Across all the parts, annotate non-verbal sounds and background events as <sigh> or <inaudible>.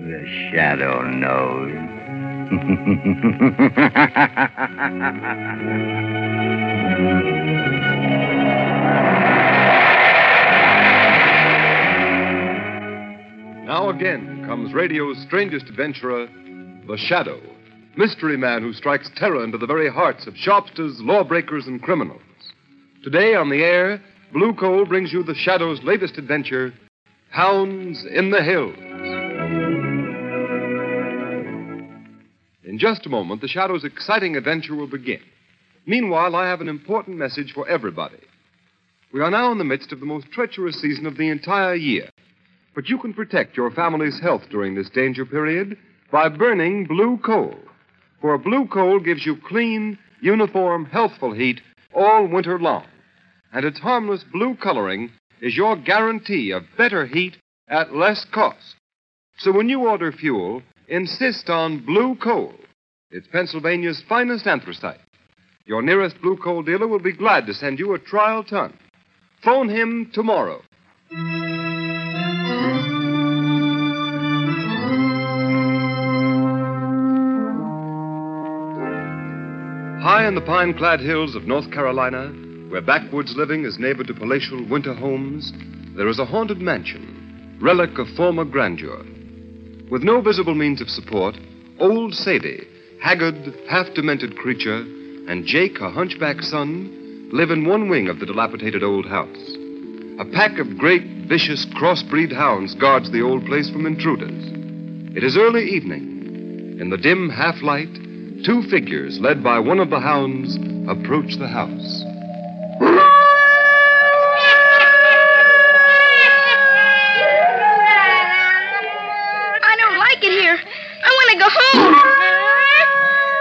the shadow knows. Now again comes radio's strangest adventurer, The Shadow, mystery man who strikes terror into the very hearts of sharpsters, lawbreakers, and criminals. Today on the air, Blue Coal brings you The Shadow's latest adventure, Hounds in the Hills. In just a moment, The Shadow's exciting adventure will begin. Meanwhile, I have an important message for everybody. We are now in the midst of the most treacherous season of the entire year. But you can protect your family's health during this danger period by burning blue coal. For blue coal gives you clean, uniform, healthful heat all winter long. And its harmless blue coloring is your guarantee of better heat at less cost. So when you order fuel, insist on blue coal. It's Pennsylvania's finest anthracite. Your nearest blue coal dealer will be glad to send you a trial ton. Phone him tomorrow. High in the pine clad hills of North Carolina, where backwoods living is neighbor to palatial winter homes, there is a haunted mansion, relic of former grandeur. With no visible means of support, old Sadie, haggard, half demented creature, and Jake, her hunchback son, live in one wing of the dilapidated old house. A pack of great, vicious, crossbreed hounds guards the old place from intruders. It is early evening. In the dim half light, two figures, led by one of the hounds, approach the house. I don't like it here. I want to go home.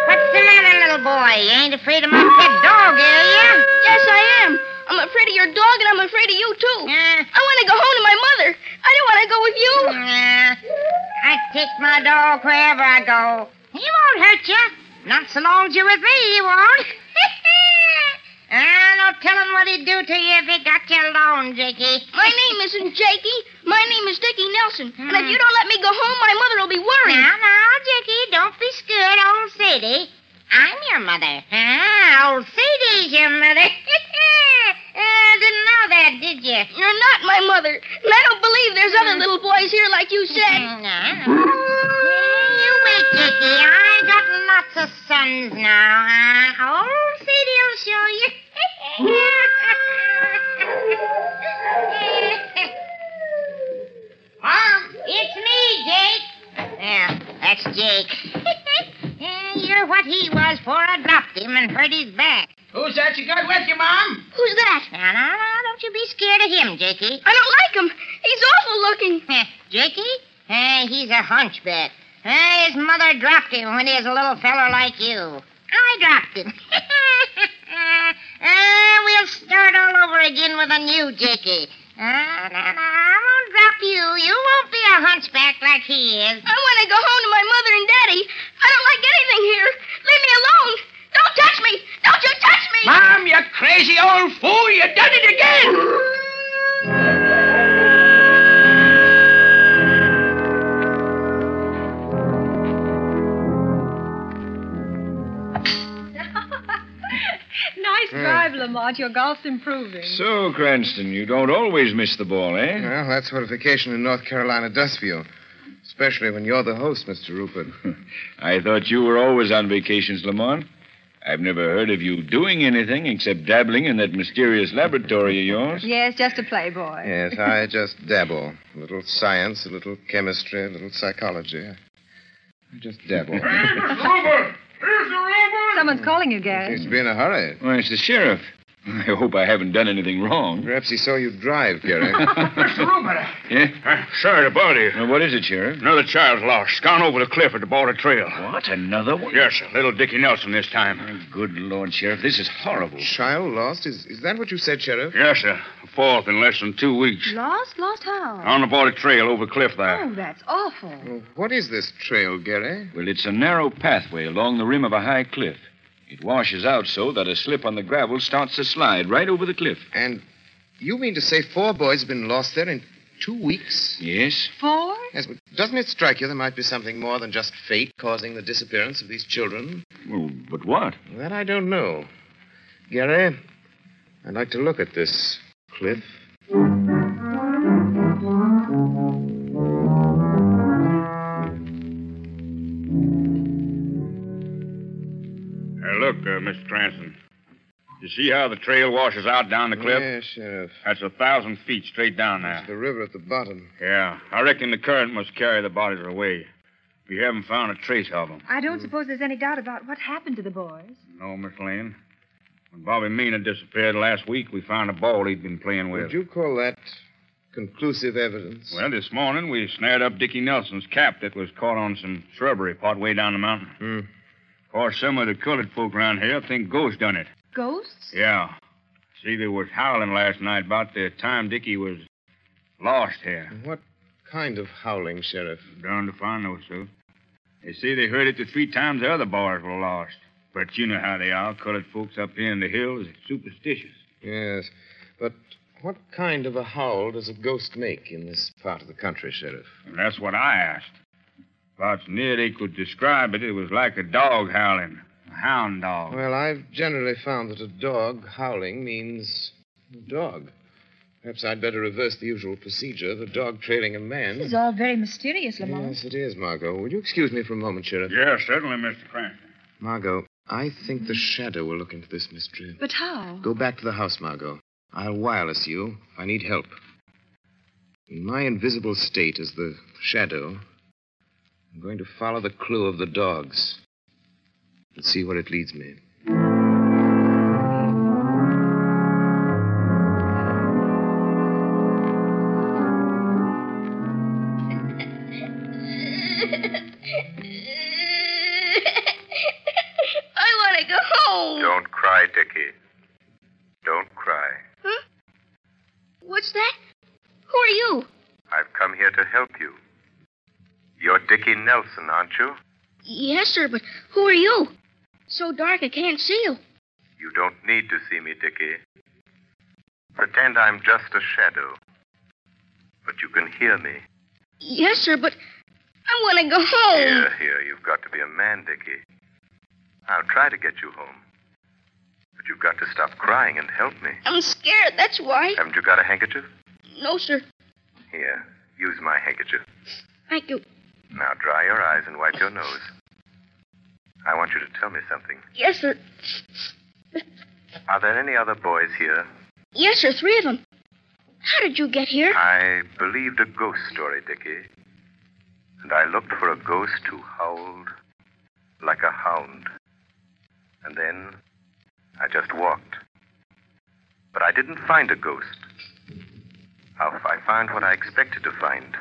What's the matter, little boy? You ain't afraid of my pet dog, are you? Yes, I am. I'm afraid of your dog, and I'm afraid of you, too. Nah. I want to go home to my mother. I don't want to go with you. Nah. I take my dog wherever I go. He won't hurt you. Not so long as you're with me, he won't. <laughs> ah, no telling what he'd do to you if he got you alone, Jakey. My name isn't Jakey. My name is Dickie Nelson. And if Hmm. you don't let me go home, my mother will be worried. Now, now, Jakey, don't be scared, old Sadie. I'm your mother. Ah, old Sadie's your <laughs> mother. uh, didn't know that, did you? You're not my mother. And I don't believe there's other little boys here like you said. Mm, You wait, Kiki. I got lots of sons now. Uh, old Sadie will show you. <laughs> Mom, it's me, Jake. Yeah, that's Jake. <laughs> Yeah, You're what he was for. Adopt him and hurt his back. Who's that you got with you, Mom? Who's that? Now, now, now, don't you be scared of him, Jakey. I don't like him. He's awful looking. Heh, <laughs> Jakey? Hey, he's a hunchback. Hey, his mother dropped him when he was a little feller like you. I dropped <laughs> him. uh, we'll start all over again with a new Jakey. Uh, now, now, I won't drop you. You won't be a hunchback like he is. I want to go home to my mother and daddy. I don't like anything here. Leave me alone. Don't touch me. Don't you touch me. Mom, you crazy old fool, you done it again! Nice drive, Lamont. Your golf's improving. So, Cranston, you don't always miss the ball, eh? Well, that's what a vacation in North Carolina does for you. Especially when you're the host, Mr. Rupert. <laughs> I thought you were always on vacations, Lamont. I've never heard of you doing anything except dabbling in that mysterious laboratory of yours. Yes, just a playboy. yes, I just dabble. A little science, a little chemistry, a little psychology. I just dabble. Someone's calling you, Gary. Seems to be in a hurry. Why, it's the sheriff. I hope I haven't done anything wrong. Perhaps he saw you <laughs> drive, Gary. Mr. Rupert, yeah? Uh, sorry to bother you. Well, what is it, Sheriff? Another child's lost. Gone over the cliff at the border trail. What? Another one? Yes, sir. Little Dickie Nelson this time. Good Lord, Sheriff, this is horrible. Child lost? Is, is that what you said, Sheriff? Yes, sir. Fourth in less than two weeks. Lost? Lost how? On the border trail over the cliff there. Oh, that's awful. Well, what is this trail, Gary? Well, it's a narrow pathway along the rim of a high cliff. It washes out so that a slip on the gravel starts to slide right over the cliff. And you mean to say four boys have been lost there in two weeks? Yes. Four? Yes, but doesn't it strike you there might be something more than just fate causing the disappearance of these children? Well, but what? That I don't know. Gary, I'd like to look at this cliff. look, uh, Mr. Cranston. You see how the trail washes out down the cliff? Yes, Sheriff. That's a thousand feet straight down there. It's the river at the bottom. Yeah. I reckon the current must carry the bodies away. We haven't found a trace of them. I don't mm. suppose there's any doubt about what happened to the boys. No, Miss Lane. When Bobby Mina disappeared last week, we found a ball he'd been playing with. Would you call that conclusive evidence? Well, this morning we snared up Dickie Nelson's cap that was caught on some shrubbery part way down the mountain. Hmm. Or some of the colored folk around here think ghosts done it. Ghosts? Yeah. See, they was howling last night about the time Dickie was lost here. What kind of howling, Sheriff? Darned if I know, sir. They say they heard it the three times the other bars were lost. But you know how they are. Colored folks up here in the hills are superstitious. Yes. But what kind of a howl does a ghost make in this part of the country, Sheriff? And that's what I asked. About as near they could describe it, it was like a dog howling, a hound dog. Well, I've generally found that a dog howling means dog. Perhaps I'd better reverse the usual procedure of a dog trailing a man. This is all very mysterious, Lamont. Yes, it is, Margot. Will you excuse me for a moment, Sheriff? Yes, certainly, Mr. Cranston. Margot, I think the shadow will look into this mystery. But how? Go back to the house, Margot. I'll wireless you if I need help. In my invisible state as the shadow, I'm going to follow the clue of the dogs and see where it leads me. I want to go home. Don't cry, Dickie. Don't cry. Huh? What's that? Who are you? I've come here to help you. You're Dickie Nelson, aren't you? Yes, sir, but who are you? It's so dark I can't see you. You don't need to see me, Dickie. Pretend I'm just a shadow. But you can hear me. Yes, sir, but I want to go home. Here, here. You've got to be a man, Dickie. I'll try to get you home. But you've got to stop crying and help me. I'm scared, that's why. Haven't you got a handkerchief? No, sir. Here, use my handkerchief. Thank you. Now dry your eyes and wipe your nose. I want you to tell me something. Yes, sir. Are there any other boys here? Yes, sir, three of them. How did you get here? I believed a ghost story, Dickie. And I looked for a ghost who howled like a hound. And then I just walked. But I didn't find a ghost. I found what I expected to find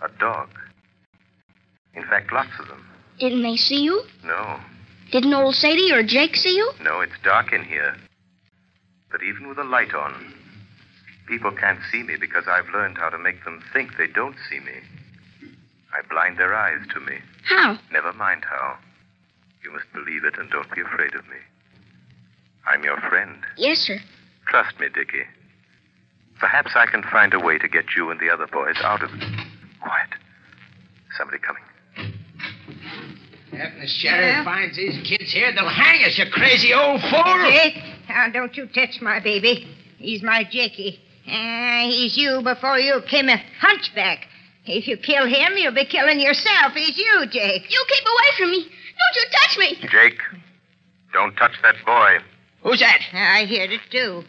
a dog. In fact, lots of them. Didn't they see you? No. Didn't old Sadie or Jake see you? No, it's dark in here. But even with a light on, people can't see me because I've learned how to make them think they don't see me. I blind their eyes to me. How? Never mind how. You must believe it and don't be afraid of me. I'm your friend. Yes, sir. Trust me, Dickie. Perhaps I can find a way to get you and the other boys out of it. Quiet. Somebody coming. If the sheriff yeah. finds these kids here, they'll hang us, you crazy old fool. Jake, now don't you touch my baby. He's my Jakey. Uh, he's you before you came a hunchback. If you kill him, you'll be killing yourself. He's you, Jake. You keep away from me. Don't you touch me. Jake, don't touch that boy. Who's that? I heard it, too.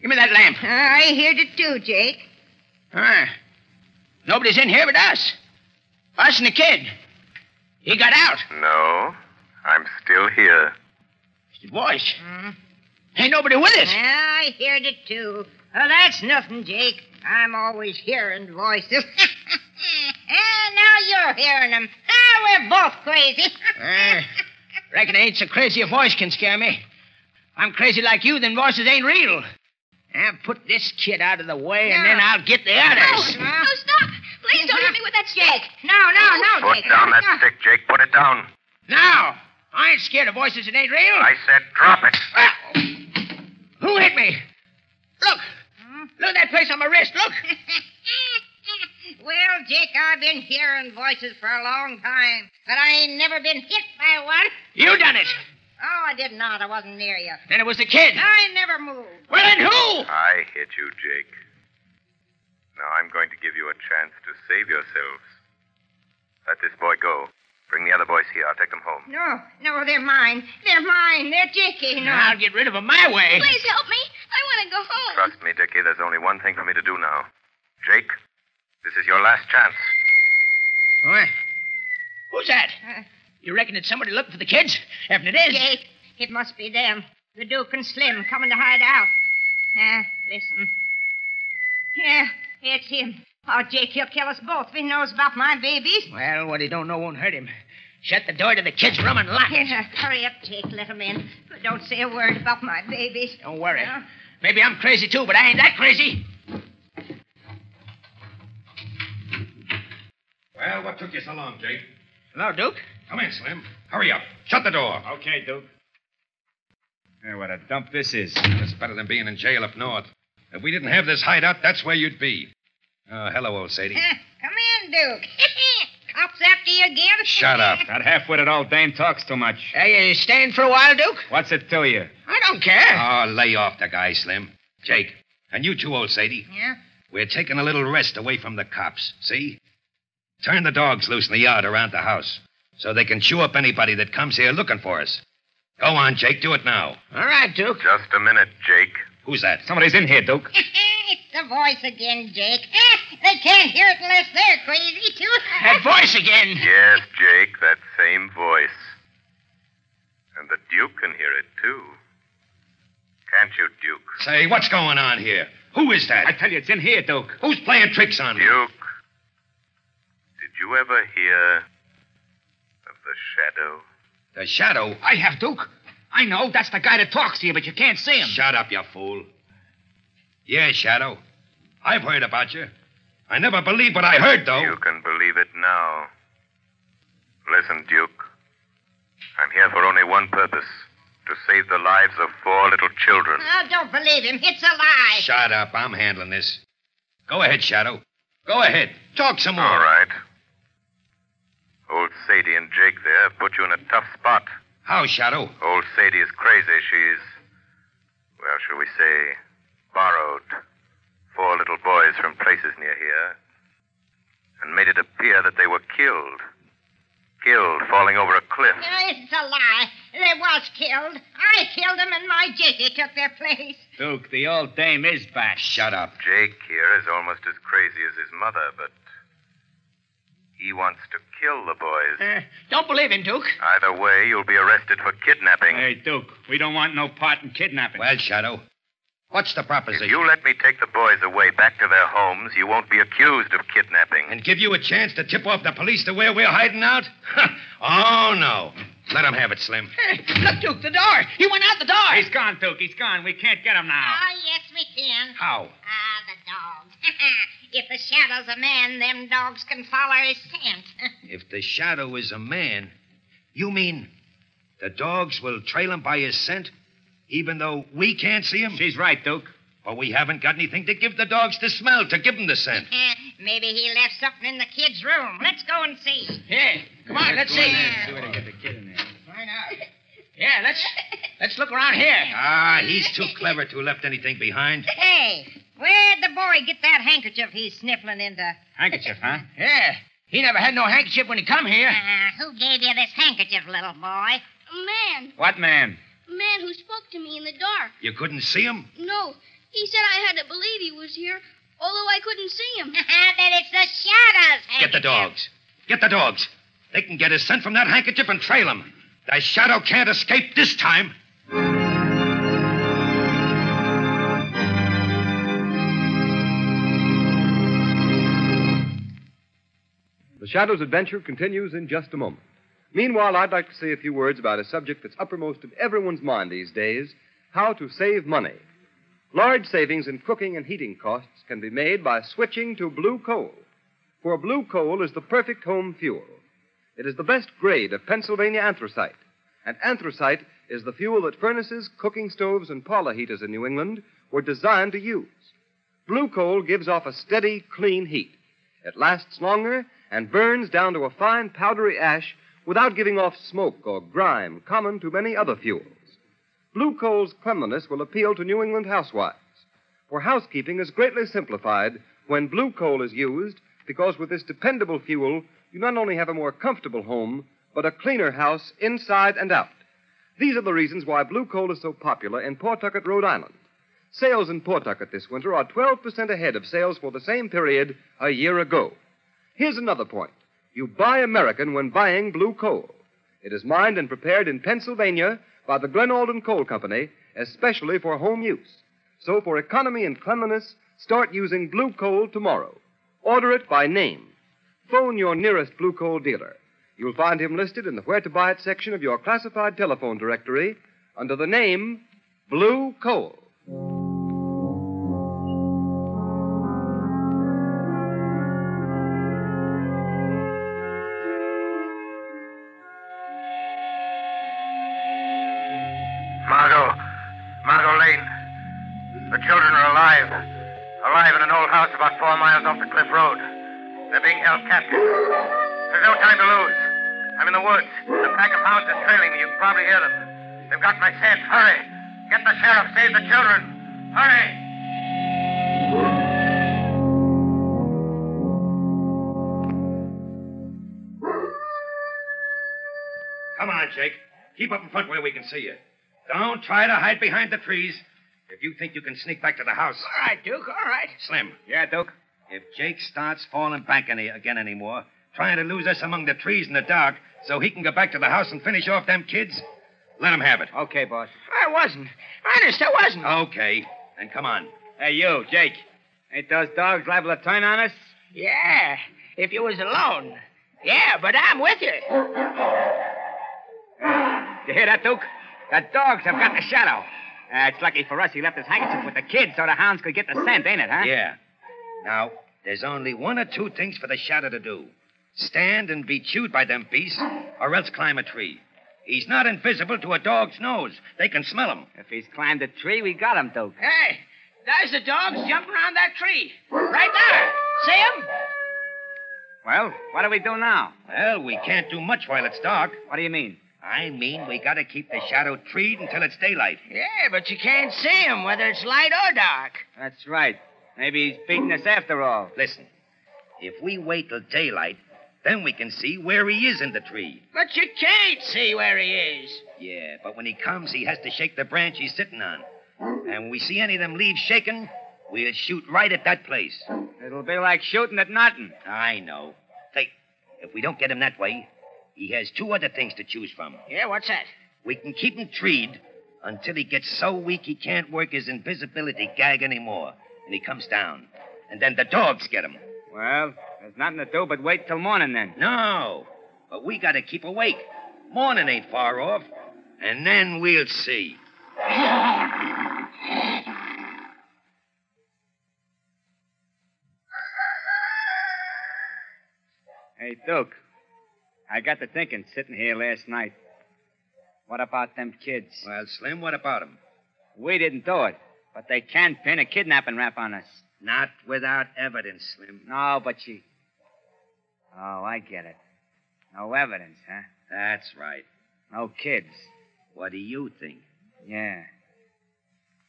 Give me that lamp. I heard it, too, Jake. Ah, Nobody's in here but us. Us and the kid. He got out. No, I'm still here. It's the voice. Mm. Ain't nobody with us. I heard it too. Well, that's nothing, Jake. I'm always hearing voices. <laughs> and now you're hearing them. Ah, we're both crazy. Uh, <laughs> Eh, reckon I ain't so crazy a voice can scare me. If I'm crazy like you, then voices ain't real. Now put this kid out of the way, and then I'll get the others. No, no, stop. Please don't hit me with that stick. No, no, Put down that stick, Jake. Put it down. Now, I ain't scared of voices that ain't real. I said drop it. Who hit me? Look. Uh-huh. Look at that place on my wrist. Look. <laughs> Well, Jake, I've been hearing voices for a long time, but I ain't never been hit by one. You done it. Oh, I did not. I wasn't near you. Then it was the kid. I never moved. Well, then who? I hit you, Jake. Now I'm going to give you a chance to save yourselves. Let this boy go. Bring the other boys here. I'll take them home. No, no, they're mine. They're mine. They're Jakey. No. I'll get rid of them my way. Please help me. I want to go home. Trust me, Dickie. There's only one thing for me to do now. Jake, this is your last chance. What? Who's that? Uh. You reckon it's somebody looking for the kids? Heaven it is. Jake, it must be them. The Duke and Slim coming to hide out. Ah, listen. Yeah, it's him. Oh, Jake, he'll kill us both if he knows about my babies. Well, what he don't know won't hurt him. Shut the door to the kids' room and lock it. Yeah, hurry up, Jake. Let him in. But don't say a word about my babies. Don't worry. Maybe I'm crazy too, but I ain't that crazy. Well, what took you so long, Jake? Hello, Duke. Come in, Slim. Hurry up. Shut the door. Okay, Duke. Yeah, what a dump this is. It's better than being in jail up north. If we didn't have this hideout, that's where you'd be. Oh, hello, old Sadie. Eh, Come in, Duke. <laughs> Cops after you again? Shut up. That half-witted old dame talks too much. Hey, you staying for a while, Duke? What's it to you? I don't care. Oh, lay off the guy, Slim. Jake, and you too, old Sadie. <laughs> Yeah? We're taking a little rest away from the cops, see? Turn the dogs loose in the yard around the house so they can chew up anybody that comes here looking for us. Go on, Jake. Do it now. All right, Duke. Just a minute, Jake. Who's that? Somebody's in here, Duke. it's the voice again, Jake. Eh, they can't hear it unless they're crazy, too. That voice again. Yes, Jake, that same voice. And the Duke can hear it, too. Can't you, Duke? Say, what's going on here? Who is that? I tell you, it's in here, Duke. Who's playing tricks on me? Duke, did you ever hear of the shadow? The shadow. I have, Duke. I know. That's the guy that talks to you, but you can't see him. Shut up, you fool. Yeah, Shadow. I've heard about you. I never believed what I heard, though. You can believe it now. Listen, Duke. I'm here for only one purpose to save the lives of four little children. Oh, don't believe him. It's a lie. Shut up. I'm handling this. Go ahead, Shadow. Go ahead. Talk some more. All right. Old Sadie and Jake there have put you in a tough spot. How, Shadow? Old Sadie is crazy. She's, well, shall we say, borrowed four little boys from places near here and made it appear that they were killed. Killed falling over a cliff. No, it's a lie. They was killed. I killed them, and my Jakey took their place. Duke, the old dame is back. Shut up. Jake here is almost as crazy as his mother, but he wants to kill the boys. Uh, don't believe him, Duke. Either way, you'll be arrested for kidnapping. Hey, Duke, we don't want no part in kidnapping. Well, Shadow, what's the proposition? If you let me take the boys away back to their homes, you won't be accused of kidnapping. And give you a chance to tip off the police to where we're hiding out? <laughs> oh, no. Let him have it, Slim. Eh, look, Duke, the door. He went out the door. He's gone, Duke. He's gone. We can't get him now. Oh, yes, we can. How? Ah, the dogs. <laughs> if the shadow's a man, them dogs can follow his scent. <laughs> If the shadow is a man, you mean the dogs will trail him by his scent, even though we can't see him? She's right, Duke. But we haven't got anything to give the dogs to smell, to give them the scent. Maybe he left something in the kid's room. Let's go and see. Yeah. Come on, let's see. Why not? Yeah, let's let's look around here. Ah, he's too clever to have left anything behind. <laughs> Hey, where'd the boy get that handkerchief he's sniffling into? Handkerchief, huh? Yeah. He never had no handkerchief when he come here. Uh, who gave you this handkerchief, little boy? A man. What man? A man who spoke to me in the dark. You couldn't see him? No. He said I had to believe he was here, although I couldn't see <laughs> him. then it's the shadows. Get the handkerchief. dogs. Get the dogs. They can get his scent from that handkerchief and trail him. The shadow can't escape this time. The Shadow's adventure continues in just a moment. Meanwhile, I'd like to say a few words about a subject that's uppermost in everyone's mind these days how to save money. Large savings in cooking and heating costs can be made by switching to blue coal. For blue coal is the perfect home fuel. It is the best grade of Pennsylvania anthracite, and anthracite is the fuel that furnaces, cooking stoves, and parlor heaters in New England were designed to use. Blue coal gives off a steady, clean heat. It lasts longer and burns down to a fine powdery ash without giving off smoke or grime common to many other fuels. Blue coal's cleanliness will appeal to New England housewives, for housekeeping is greatly simplified when blue coal is used because with this dependable fuel, you not only have a more comfortable home, but a cleaner house inside and out. These are the reasons why blue coal is so popular in Pawtucket, Rhode Island. Sales in Pawtucket this winter are 12% ahead of sales for the same period a year ago. Here's another point you buy American when buying blue coal. It is mined and prepared in Pennsylvania by the Glen Alden Coal Company, especially for home use. So, for economy and cleanliness, start using blue coal tomorrow. Order it by name. Phone your nearest blue coal dealer. You'll find him listed in the Where to Buy It section of your classified telephone directory under the name Blue Coal. Margot. Margot Lane. The children are alive. Alive in an old house about four miles off the cliff road. They're being held captive. There's no time to lose. I'm in the woods. The pack of hounds is trailing me. You can probably hear them. They've got my scent. Hurry. Get the sheriff. Save the children. Hurry. Come on, Jake. Keep up in front where we can see you. Don't try to hide behind the trees. If you think you can sneak back to the house, All right, Duke. All right. Slim. Yeah, Duke? If Jake starts falling back any, again anymore, trying to lose us among the trees in the dark so he can go back to the house and finish off them kids, let him have it. Okay, boss. I wasn't. Honest, I wasn't. Okay. Then come on. Hey, you, Jake. Ain't those dogs liable to turn on us? Yeah, if you was alone. Yeah, but I'm with you. You hear that, Duke? The dogs have gotten the shadow. Uh, it's lucky for us he left his handkerchief with the kids so the hounds could get the scent, ain't it, huh? Yeah. Now, there's only one or two things for the shadow to do stand and be chewed by them beasts, or else climb a tree. He's not invisible to a dog's nose. They can smell him. If he's climbed a tree, we got him, Duke. Hey, there's the dogs jumping around that tree. Right there. See 'em? Well, what do we do now? Well, we can't do much while it's dark. What do you mean? I mean, we gotta keep the shadow treed until it's daylight. Yeah, but you can't see 'em whether it's light or dark. That's right. Maybe he's beating us after all. Listen, if we wait till daylight, then we can see where he is in the tree. But you can't see where he is. Yeah, but when he comes, he has to shake the branch he's sitting on. And when we see any of them leaves shaking, we'll shoot right at that place. It'll be like shooting at nothing. I know. Hey, if we don't get him that way, he has two other things to choose from. Yeah, what's that? We can keep him treed until he gets so weak he can't work his invisibility gag anymore, and he comes down. And then the dogs get him. Well, there's nothing to do but wait till morning then. No, but we gotta keep awake. Morning ain't far off, and then we'll see. Hey, Duke. I got to thinking sitting here last night. What about them kids? Well, Slim, what about him? We didn't do it, but they can pin a kidnapping rap on us. Not without evidence, Slim. No, but she. Oh, I get it. No evidence, huh? That's right. No kids. What do you think? Yeah.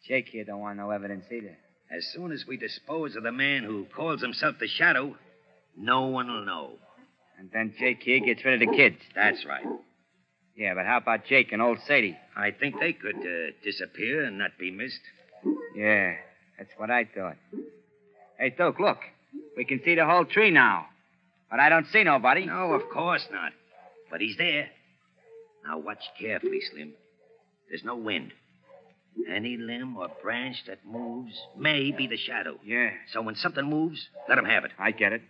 Jake here don't want no evidence either. As soon as we dispose of the man who calls himself the Shadow, no one will know. And then Jake here gets rid of the kids. That's right. Yeah, but how about Jake and old Sadie? I think they could uh, disappear and not be missed. Yeah, that's what I thought. Hey, Duke, look. We can see the whole tree now. But I don't see nobody. No, of course not. But he's there. Now watch carefully, Slim. There's no wind. Any limb or branch that moves may be the shadow. Yeah, So when something moves, let him have it. I get it.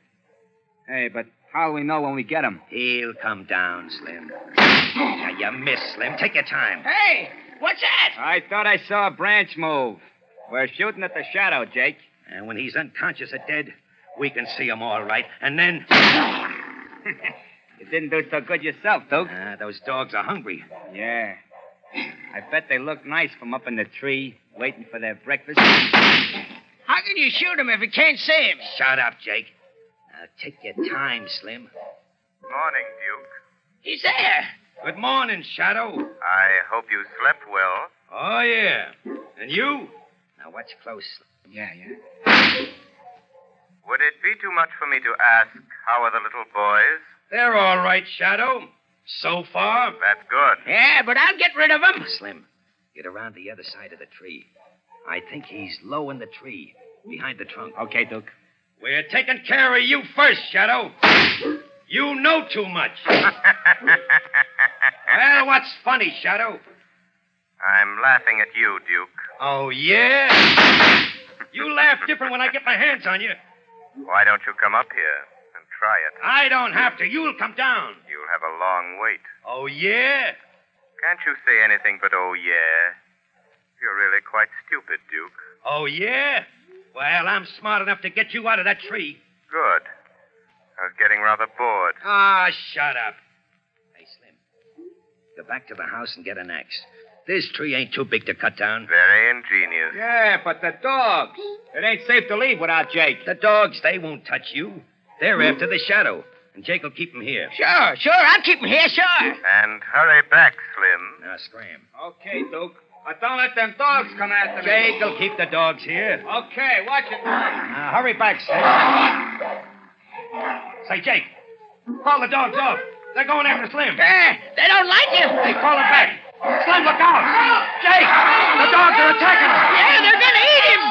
Hey, but How'll we know when we get him? He'll come down, Slim. now, you missed, Slim. Take your time. Hey, what's that? I thought I saw a branch move. We're shooting at the shadow, Jake. And when he's unconscious or dead, we can see him all right. And then. <laughs> you didn't do so good yourself, Duke. Ah, those dogs are hungry. Yeah. I bet they look nice from up in the tree, waiting for their breakfast. How can you shoot him if you can't see him? Shut up, Jake. Now, take your time, Slim. Morning, Duke. He's there. Good morning, Shadow. I hope you slept well. Oh, yeah. And you? Now, watch close. Yeah, yeah. Would it be too much for me to ask how are the little boys? They're all right, Shadow. So far. That's good. <laughs> Yeah, but I'll get rid of him. Slim, get around the other side of the tree. I think he's low in the tree, behind the trunk. Okay, Duke. We're taking care of you first, Shadow. You know too much. <laughs> well, what's funny, Shadow? I'm laughing at you, Duke. Oh, yeah? You laugh different when I get my hands on you. Why don't you come up here and try it? I don't have to. You'll come down. You'll have a long wait. Oh, yeah? Can't you say anything but oh yeah? You're really quite stupid, Duke. Oh, yeah? Well, I'm smart enough to get you out of that tree. Good. I was getting rather bored. Ah, shut up. Hey, Slim. Go back to the house and get an axe. This tree ain't too big to cut down. Very ingenious. Yeah, but the dogs. It ain't safe to leave without Jake. The dogs, they won't touch you. They're after the shadow. And Jake will keep him here. Sure, sure. I'll keep him here, sure. And hurry back, Slim. Now, scram. Okay, Duke. But don't let them dogs come after me. Jake will keep the dogs here. Okay, watch it. Now, hurry back, Slim. Say, Jake, call the dogs off. They're going after Slim. Yeah, Eh, they don't like you. Hey, call them back. Slim, look out. Jake, the dogs are attacking us. Yeah, they're gonna eat him.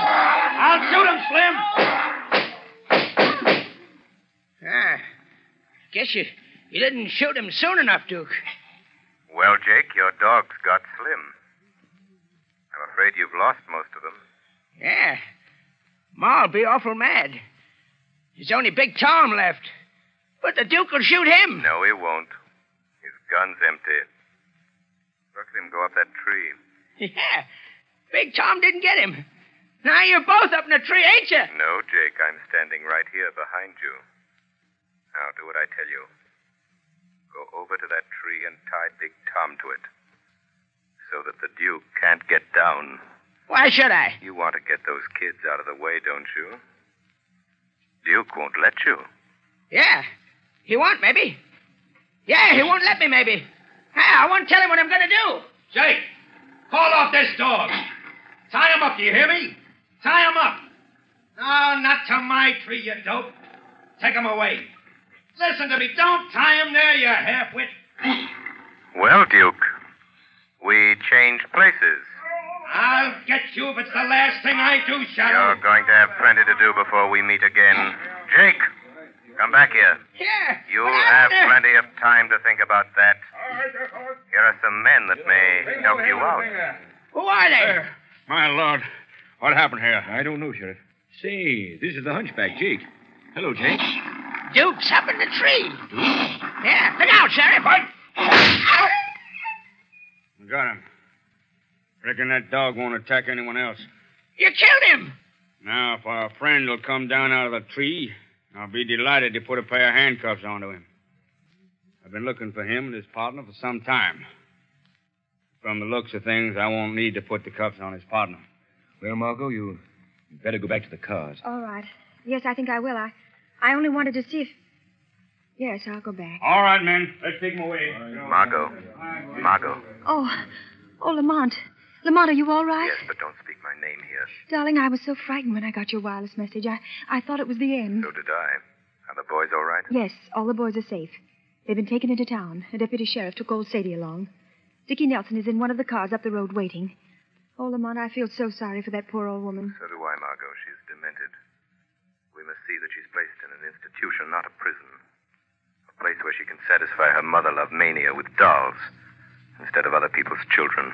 I'll shoot him, Slim. Ah, guess you, you didn't shoot him soon enough, Duke. Well, Jake, your dogs got Slim. I'm afraid you've lost most of them. Yeah. Ma'll be awful mad. There's only Big Tom left. But the Duke will shoot him. No, he won't. His gun's empty. Look at him go up that tree. <laughs> Yeah. Big Tom didn't get him. Now you're both up in the tree, ain't you? No, Jake, I'm standing right here behind you. Now do what I tell you. Go over to that tree and tie Big Tom to it. So that the Duke can't get down. Why should I? You want to get those kids out of the way, don't you? Duke won't let you. Yeah. He won't, maybe. Yeah, he won't let me, maybe. Hey, I won't tell him what I'm gonna do. Jake, call off this dog. Tie him up, do you hear me? Tie him up. No, not to my tree, you dope. Take him away. Listen to me. Don't tie him there, you halfwit. Well, Duke, we changed places. I'll get you if it's the last thing I do, You're Shadow. going to have plenty to do before we meet again. Jake, come back here. Yeah. You'll have plenty of time to think about that. Here are some men that may help you out. Who are they? My lord, what happened here? I don't know, Sheriff. Say, this is the hunchback, Jake. Hello, Jake. Duke's up in the <gasps> tree. Yeah. Look out, Sheriff. Ow. Got him. Reckon that dog won't attack anyone else. You killed him. Now, if our friend will come down out of the tree, I'll be delighted to put a pair of handcuffs onto him. I've been looking for him and his partner for some time. From the looks of things, I won't need to put the cuffs on his partner. Well, Margot, you you better go back to the cars. All right. Yes, I think I will. I, I only wanted to see if. Yes, I'll go back. All right, men. Let's take him away. Margot. Margot. Oh, oh, Lamont. Lamont, are you all right? Yes, but don't speak my name here. Darling, I was so frightened when I got your wireless message. I, I thought it was the end. So did I. Are the boys all right? Yes, all the boys are safe. They've been taken into town. A deputy sheriff took old Sadie along. Dickie Nelson is in one of the cars up the road waiting. Oh, Lamont, I feel so sorry for that poor old woman. So do I, Margot. She's demented. We must see that she's placed in an institution, not a prison. A place where she can satisfy her mother love mania with dolls instead of other people's children.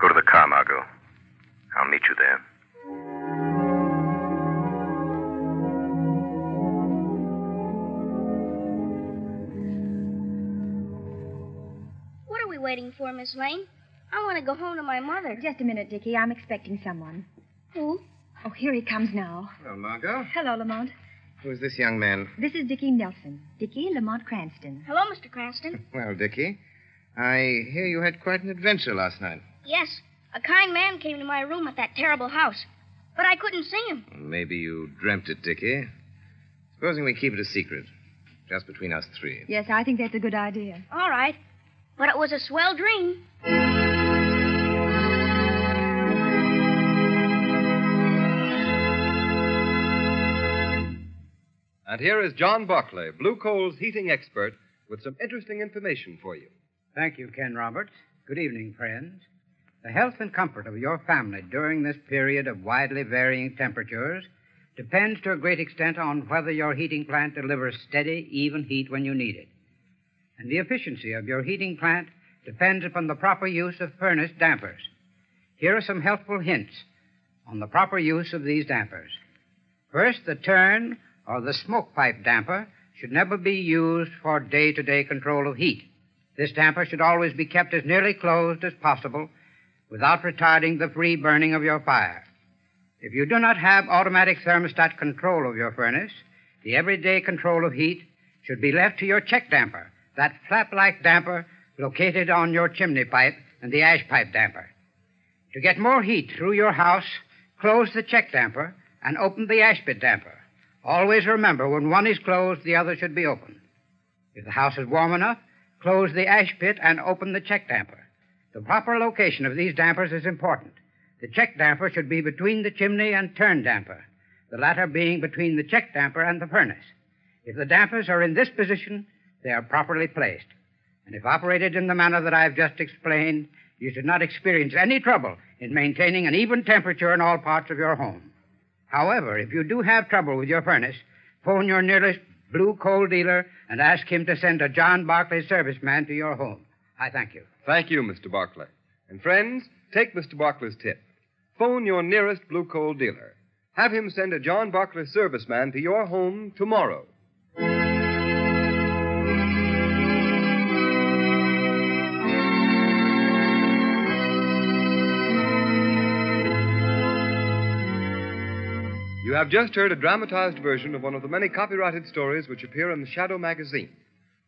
Go to the car, Margot. I'll meet you there. waiting for, Miss Lane. I want to go home to my mother. Just a minute, Dickie. I'm expecting someone. Who? Oh, here he comes now. Well, Margot, Hello, Lamont. who's this young man? This is Dickie Nelson. Dickie Lamont Cranston. Hello, Mr. <laughs> Cranston. Well, Dickie, I hear you had quite an adventure last night. yes, a kind man came to my room at that terrible house, but I couldn't see him. Maybe you dreamt it, Dickie. Supposing we keep it a secret, just between us three. Yes, I think that's a good idea. All right, but it was a swell dream. And here is John Buckley, Blue Coal's heating expert, with some interesting information for you. Thank you, Ken Roberts. Good evening, friends. The health and comfort of your family during this period of widely varying temperatures depends to a great extent on whether your heating plant delivers steady, even heat when you need it. And the efficiency of your heating plant depends upon the proper use of furnace dampers. Here are some helpful hints on the proper use of these dampers. First, the turn or the smoke pipe damper should never be used for day to day control of heat. This damper should always be kept as nearly closed as possible without retarding the free burning of your fire. If you do not have automatic thermostat control of your furnace, the everyday control of heat should be left to your check damper, that flap like damper located on your chimney pipe and the ash pipe damper. To get more heat through your house, close the check damper and open the ash pit damper. Always remember when one is closed, the other should be open. If the house is warm enough, close the ash pit and open the check damper. The proper location of these dampers is important. The check damper should be between the chimney and turn damper, the latter being between the check damper and the furnace. If the dampers are in this position, they are properly placed. And if operated in the manner that I have just explained, you should not experience any trouble in maintaining an even temperature in all parts of your home. However, if you do have trouble with your furnace, phone your nearest blue coal dealer and ask him to send a John Barclay serviceman to your home. I thank you. Thank you, Mr. Barclay. And friends, take Mr. Barclay's tip. Phone your nearest blue coal dealer. Have him send a John Barclay serviceman to your home tomorrow. You have just heard a dramatized version of one of the many copyrighted stories which appear in the Shadow magazine.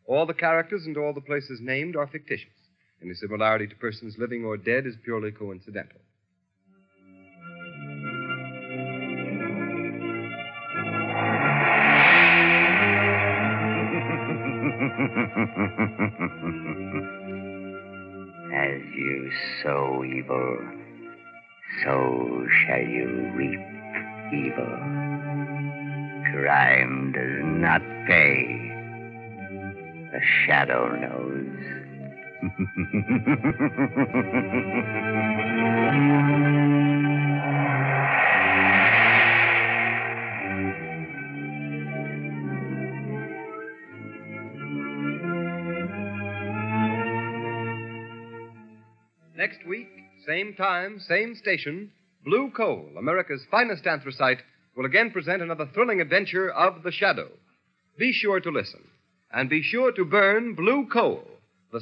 All the characters and all the places named are fictitious. Any similarity to persons living or dead is purely coincidental. As you sow evil, so shall you reap evil. Crime does not pay. The shadow knows. Next week, same time, same station, Blue Coal, America's finest anthracite, will again present another thrilling adventure of The Shadow. Be sure to listen, and be sure to burn Blue Coal, the